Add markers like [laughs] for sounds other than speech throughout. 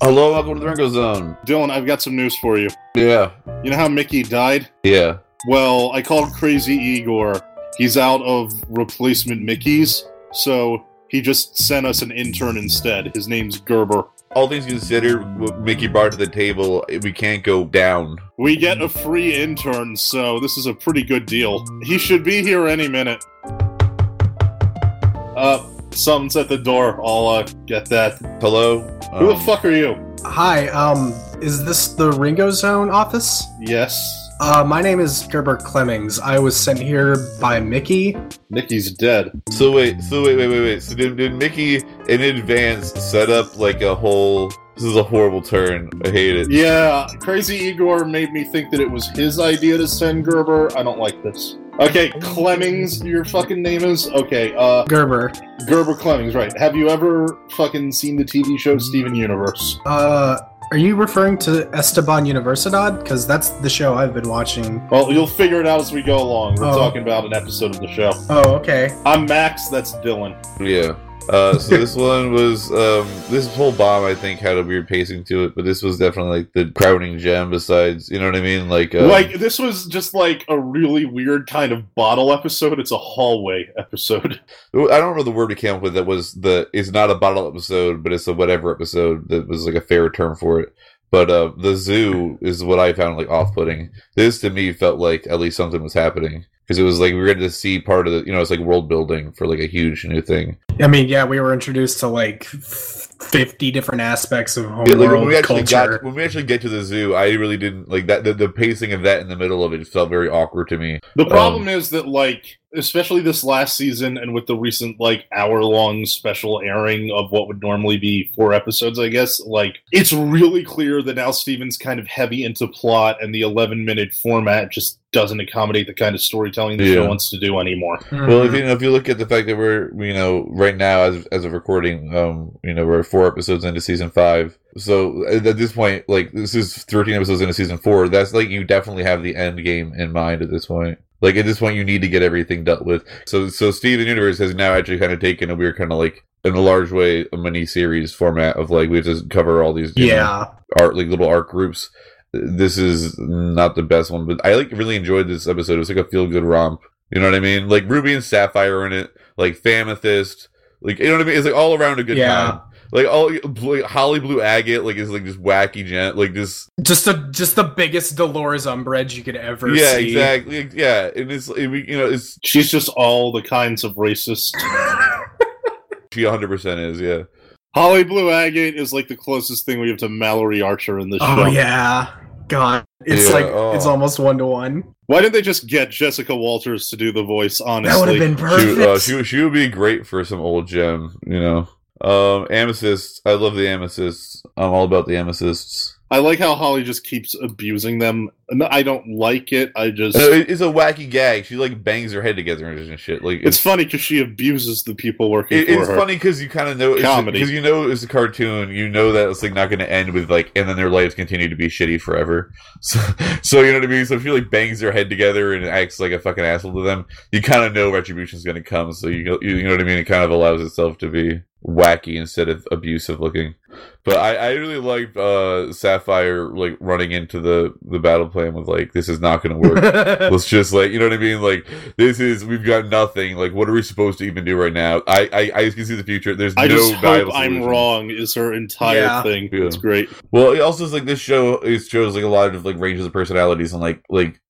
Hello, welcome to the Ringo Zone. Dylan, I've got some news for you. Yeah, You know how Mickey died? yeah. Well, I called Crazy Igor. He's out of replacement Mickeys, so he just sent us an intern instead. His name's Gerber. All things considered, what Mickey brought to the table, we can't go down. We get a free intern, so this is a pretty good deal. He should be here any minute. Uh, something's at the door. I'll uh, get that. Hello. Who the Um, fuck are you? Hi, um, is this the Ringo Zone office? Yes, Uh, my name is Gerber Clemmings. I was sent here by Mickey. Mickey's dead. So wait, so wait, wait, wait, wait. So did, did Mickey in advance set up like a whole? This is a horrible turn. I hate it. Yeah, Crazy Igor made me think that it was his idea to send Gerber. I don't like this. Okay, Clemmings, your fucking name is? Okay, uh, Gerber. Gerber Clemmings, right. Have you ever fucking seen the TV show Steven Universe? Uh, are you referring to Esteban Universidad? Because that's the show I've been watching. Well, you'll figure it out as we go along. We're Oh. talking about an episode of the show. Oh, okay. I'm Max, that's Dylan. Yeah. Uh, so this [laughs] one was um, this whole bomb. I think had a weird pacing to it, but this was definitely like the crowning gem. Besides, you know what I mean? Like, uh, Like, this was just like a really weird kind of bottle episode. It's a hallway episode. I don't know the word we came up with that was the it's not a bottle episode, but it's a whatever episode that was like a fair term for it. But uh, the zoo is what I found like off putting. This to me felt like at least something was happening because it was like we were getting to see part of the you know it's like world building for like a huge new thing. I mean, yeah, we were introduced to like f- 50 different aspects of Yeah, homeworld like, when we actually culture. got when we actually get to the zoo, I really didn't like that. The, the pacing of that in the middle of it felt very awkward to me. The problem Um, is that, like, especially this last season and with the recent, like, hour long special airing of what would normally be four episodes, I guess, like, it's really clear that now Steven's kind of heavy into plot and the 11 minute format just doesn't accommodate the kind of storytelling that he Yeah. wants to do anymore. Mhm. Well, if you know, if you look at the fact that we're you know right now as as of recording, um, you know we're four episodes into season five. So at at this point, like this is thirteen episodes into season four. That's like you definitely have the end game in mind at this point. Like at this point, you need to get everything dealt with. So so Steven Universe has now actually kind of taken a weird kind of like in a large way a mini series format of like we have to cover all these you know, yeah. art like little art groups. This is not the best one, but I like really enjoyed this episode. It was like a feel good romp. You know what I mean? Like Ruby and Sapphire are in it, like Famethyst, like you know what I mean? It's like all around a good Yeah. time. Like all like, Holly Blue Agate, like is like just wacky gent, like this. Just the just the biggest Dolores Umbridge you could ever yeah, see. exactly. Like, yeah, and it's it, we- you know it's She's just all the kinds of racist. [laughs] she 100 percent is yeah. Holly Blue Agate is like the closest thing we have to Mallory Archer in this Oh show. yeah. God, it's Yeah, like oh. it's almost one to one. Why didn't they just get Jessica Walters to do the voice, honestly? That would have been perfect. She, uh, she she would be great for some old gem, you know. Um, amethyst, I love the amethysts. I'm all about the amethysts. I like how Holly just keeps abusing them. No, I don't like it. I just. No, Uh, it- it's a wacky gag. She like bangs her head together and shit. Like It's it's funny because she abuses the people working it, for it's her. funny because you kind of know Comedy. because you know it's a cartoon. You know that it's like not going to end with like, and then their lives continue to be shitty forever. [laughs] So, so you know what I mean. So if she like bangs her head together and acts like a fucking asshole to them, you kind of know retribution's going to come. So you go- you you know what I mean. It kind of allows itself to be wacky instead of abusive looking. But I, I really liked uh, Sapphire like running into the the battle plan with like this is not going to work. [laughs] Let's just like you know what I mean. Like this is we've got nothing. Like what are we supposed to even do right now? I I, I can see the future. There's I no just hope viable I'm solution. wrong. Is her entire Yeah. thing? Yeah. It's great. Well, it also is like this show is shows like a lot of like ranges of personalities and like like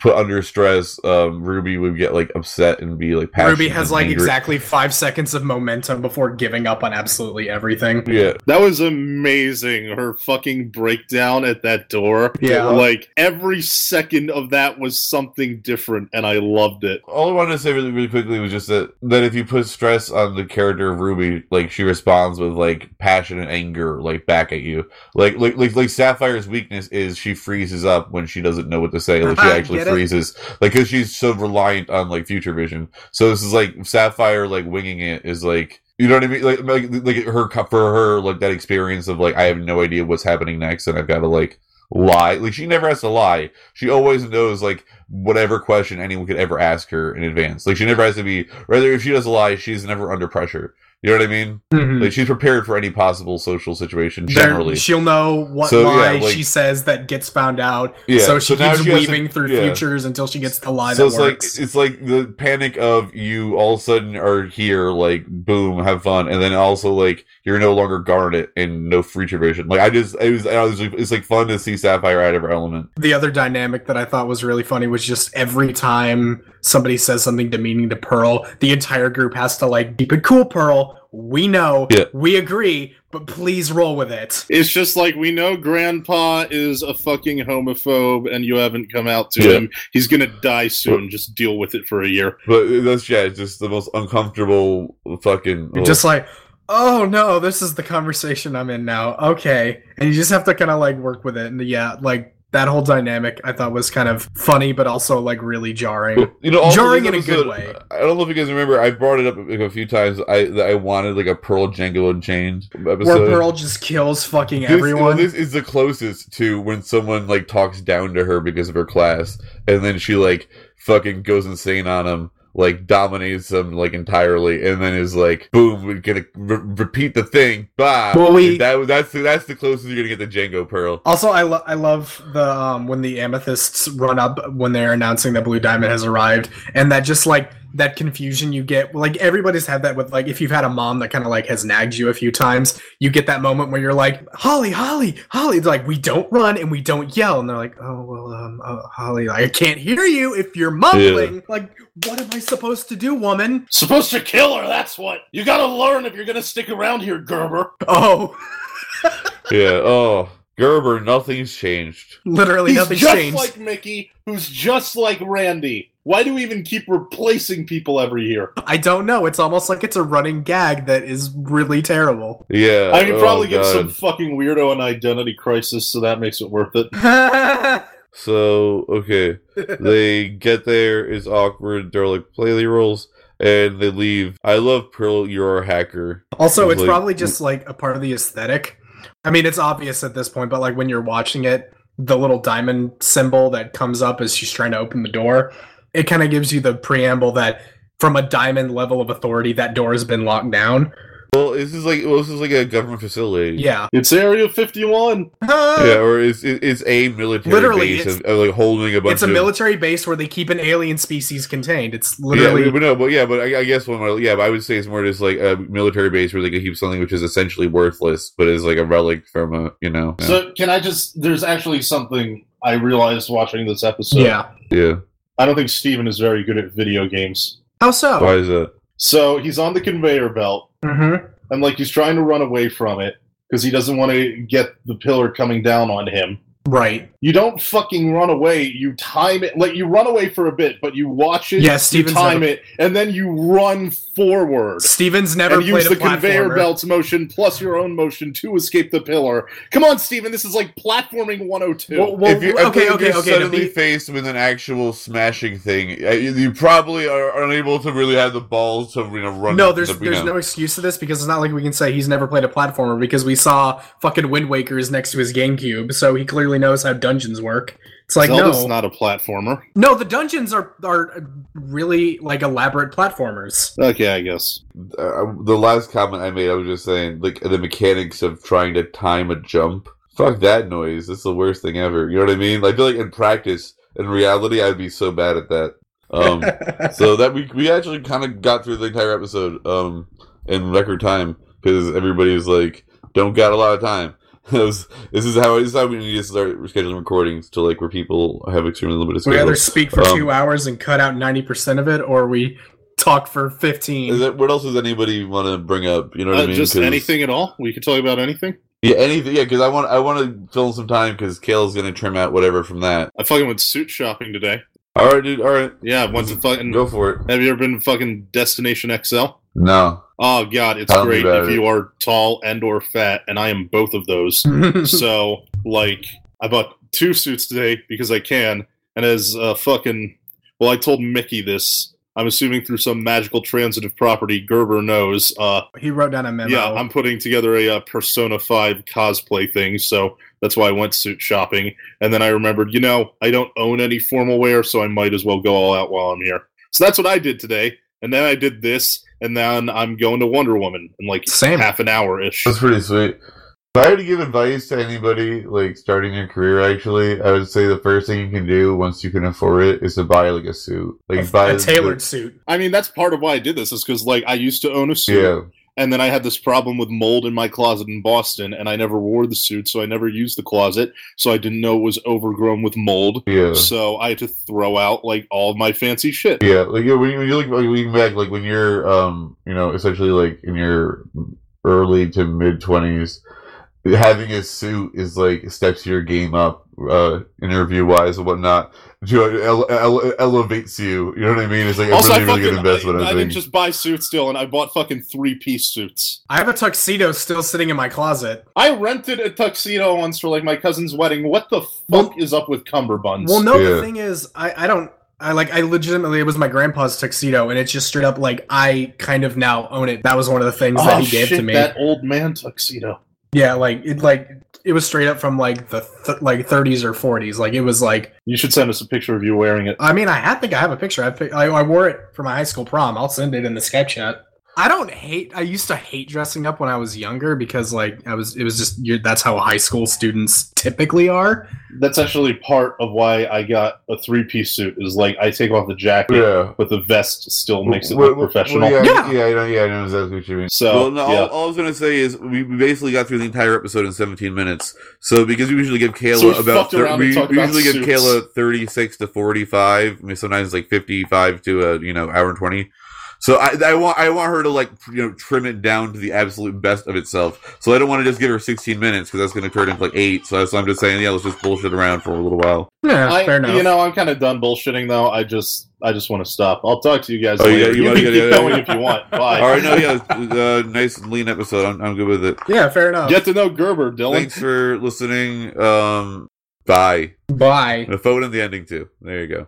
put under stress. Um, Ruby would get like upset and be like passionate Ruby has and like angry. exactly five seconds of momentum before giving up on absolutely everything. [laughs] yeah. That was amazing. Her fucking breakdown at that door. Yeah. Like every second of that was something different, and I loved it. All I wanted to say really, really quickly was just that that if you put stress on the character of Ruby, like she responds with like passion and anger, like back at you. Like like like, like Sapphire's weakness is she freezes up when she doesn't know what to say. Like she [laughs] I actually get it. freezes, like because she's so reliant on like future vision. So this is like Sapphire like winging it is like. You know what I mean? Like, like, like her for her, like that experience of like I have no idea what's happening next, and I've got to like lie. Like she never has to lie. She always knows like whatever question anyone could ever ask her in advance. Like she never has to be rather if she does a lie, she's never under pressure. You know what I mean? Hmm. Like she's prepared for any possible social situation Mm-hmm. There- generally. she'll know what So, yeah, lie like- she says that gets found out. Yeah, So she so now keeps she has to- weaving through yeah. futures until she gets the lie so that it's works. like it's like the panic of you all of a sudden are here, like boom, have fun, and then also like you're no longer Garnet and no future vision. Like I just it was, I was it's like fun to see Sapphire out of her element. the other dynamic that I thought was really funny was just every time somebody says something demeaning to Pearl, the entire group has to like keep it cool, Pearl. We know, Yeah. we agree, but please roll with it. It's just like we know Grandpa is a fucking homophobe, and you haven't come out to Yeah. him. He's gonna die soon. Just deal with it for a year. But that's yeah, it's just the most uncomfortable fucking. You're just like, oh no, this is the conversation I'm in now. Okay, and you just have to kind of like work with it. And yeah, like that whole dynamic I thought was kind of funny, but also like really jarring. You know, also, Jarring this in a good episode- way. I don't know if you guys remember. I brought it up like, a few times. I that I wanted like a Pearl Django Unchained [laughs] Where episode. Pearl just kills fucking This- everyone. This is the closest to when someone like talks down to her because of her class, and then she like fucking goes insane on him, like dominates him like entirely, and then is like, boom, we're gonna re- repeat the thing. Bah. Well, we- that that's the, that's the closest you're gonna get to Django Pearl. Also, I, lo- I love the um, when the amethysts run up when they're announcing that Blue Diamond has arrived, and that just like that confusion you get. Like everybody's had that with like if you've had a mom that kind of like has nagged you a few times, you get that moment where you're like, Holly, Holly, Holly. They're like we don't run and we don't yell, and they're like, oh well, um, uh, Holly, I can't hear you if you're mumbling. Like, what am I supposed to do, woman? Supposed to kill her. That's what you gotta learn if you're gonna stick around here, Gerber. Oh, [laughs] yeah. Oh, Gerber, nothing's changed. literally He's nothing's just changed. like Mickey, who's just like Randy. Why do we even keep replacing people every year? I don't know. It's almost like it's a running gag that is really terrible. [laughs] Yeah. I could oh, probably give God. some fucking weirdo an identity crisis, so that makes it worth it. So okay, they get there. It's awkward. They're like play the rules, and they leave. I love Pearl. You're a hacker. [laughs] also, it's Like- probably just like a part of the aesthetic. I mean, it's obvious at this point, but like when you're watching it, the little diamond symbol that comes up as she's trying to open the door, it kind of gives you the preamble that from a diamond level of authority, that door has been locked down. Well, this is like well, this is like a government facility. Yeah. [laughs] It's Area 51. Yeah, or it's it- it's a military Literally, base it's- of, of, like holding a bunch. It's a of, military base where they keep an alien species contained. It's Yeah, literally. but no, but yeah, but I, I guess when I- yeah, but I would say it's more just like a military base where they can keep something which is essentially worthless, but is like a relic from a you know. Yeah. So, can I just. There's actually something I realized watching this episode. yeah. yeah. I don't think Steven is very good at video games. How so? Why is that? So, he's on the conveyor belt, Mhm. and like he's trying to run away from it because he doesn't want to get the pillar coming down on him. Right. You don't fucking run away. You time it. Like, you run away for a bit, but you watch it. Yeah, you Steven's time never, it, and then you run forward Steven's never and played use a the conveyor platformer. belt's motion plus your own motion to escape the pillar. Come on, Steven, this is like platforming 102. Well, well, if you, okay, if okay, you're okay, to Suddenly be- faced with an actual smashing thing, uh, you you probably are unable to really have the balls to you know, run. No, there's the, you there's know. no excuse to this because it's not like we can say he's never played a platformer because we saw fucking Wind Waker is next to his GameCube, so he clearly knows how dungeons work. It's like no, not a platformer. no, the dungeons are are really like elaborate platformers. Okay, I guess. Uh, the last comment I made, I was just saying like the mechanics of trying to time a jump. Fuck that noise! It's the worst thing ever. You know what I mean? I feel like in practice, in reality, I'd be so bad at that. Um, so that we we actually kind of got through the entire episode um in record time because everybody was like, "Don't got a lot of time." [laughs] That was- this is how this is how we need to start scheduling recordings to like where people have extremely limited we schedule. either speak for Um, two hours and cut out ninety percent of it, or we talk for Is fifteen. that, what else does anybody want to bring up? You know what I mean? 'Cause- Uh, at all? We could talk about anything? Yeah, anything. Yeah, because I want I want to fill in some time because Kale's gonna trim out whatever from that. I fucking went suit shopping today. All right, dude. All right, Yeah, I went to fucking. go for it. Have you ever been to fucking Destination XL? No, Oh god, it's Tell me great about if it. you are tall and or fat, and I am both of those. [laughs] so like i bought two suits today because i can and as uh, fucking well i told mickey this i'm assuming through some magical transitive property gerber knows uh he wrote down a memo. yeah i'm putting together a uh, persona 5 cosplay thing so that's why i went suit shopping and then i remembered you know i don't own any formal wear so i might as well go all out while i'm here so that's what i did today and then i did this and then I'm going to Wonder Woman in like Same. half an hour ish. That's pretty sweet. If I had to give advice to anybody, like starting your career, actually, I would say the first thing you can do once you can afford it is to buy like a suit, like buy a tailored suit. I mean, that's part of why I did this is because like I used to own a the- suit, yeah, and then I had this problem with mold in my closet in Boston, and I never wore the suit, so I never used the closet, so I didn't know it was overgrown with mold. yeah, So I had to throw out like all of my fancy shit. yeah. Like yeah, when you, when you look like, looking back, like when you're, um, you know, essentially like in your early to mid twenties, having a suit is like steps your game up, uh, interview wise and whatnot, to ele- ele- elevates you. You know what I mean? It's like also, a really, I really fucking good investment. I, I, I think. didn't just buy suits still, and I bought fucking three piece suits. I have a tuxedo still sitting in my closet. I rented a tuxedo once for like my cousin's wedding. What the fuck Well- is up with cummerbunds? Well, no, Yeah. the thing is, I, I don't. I like I legitimately it was my grandpa's tuxedo and it's just straight up like I kind of now own it. That was one of the things Oh, that he gave shit, to me. That old man tuxedo. Yeah, like it like it was straight up from like the th- like 30s or 40s. Like it was like You should send us a picture of you wearing it. I mean I ha- think I have a picture. I, pic- I I wore it for my high school prom. I'll send it in the Skype chat. I don't hate. I used to hate dressing up when I was younger because like I was it was just you're, that's how high school students typically are. That's actually part of why I got a three piece suit. Is like I take off the jacket, yeah. but the vest still makes it Well, look well, professional. well, yeah, Yeah. yeah, I know, yeah, I know exactly what you mean. So, well, no, yeah. all, all I was going to say is we we basically got through the entire episode in 17 minutes. So because we usually give Kayla So we about fucked around and we, talked we about usually give suits. Kayla 36 to 45, I mean, sometimes like 55 to a you know hour and 20. So I, I want I want her to like you know trim it down to the absolute best of itself. So I don't want to just give her 16 minutes because that's going to turn into like eight. So that's why I'm just saying yeah, let's just bullshit around for a little while. Yeah, I, fair enough. You know, I'm kind of done bullshitting though. I just, I just want to stop. I'll talk to you guys. Oh, yeah, later. you you wanna can get- keep yeah, going yeah. if [laughs] you want. Bye. All right, [laughs] no, yeah, uh, nice lean episode. I'm, I'm good with it. yeah, fair enough. Get to know Gerber, Dylan. Thanks for listening. Um, bye. Bye. The phone and the ending too. There you go.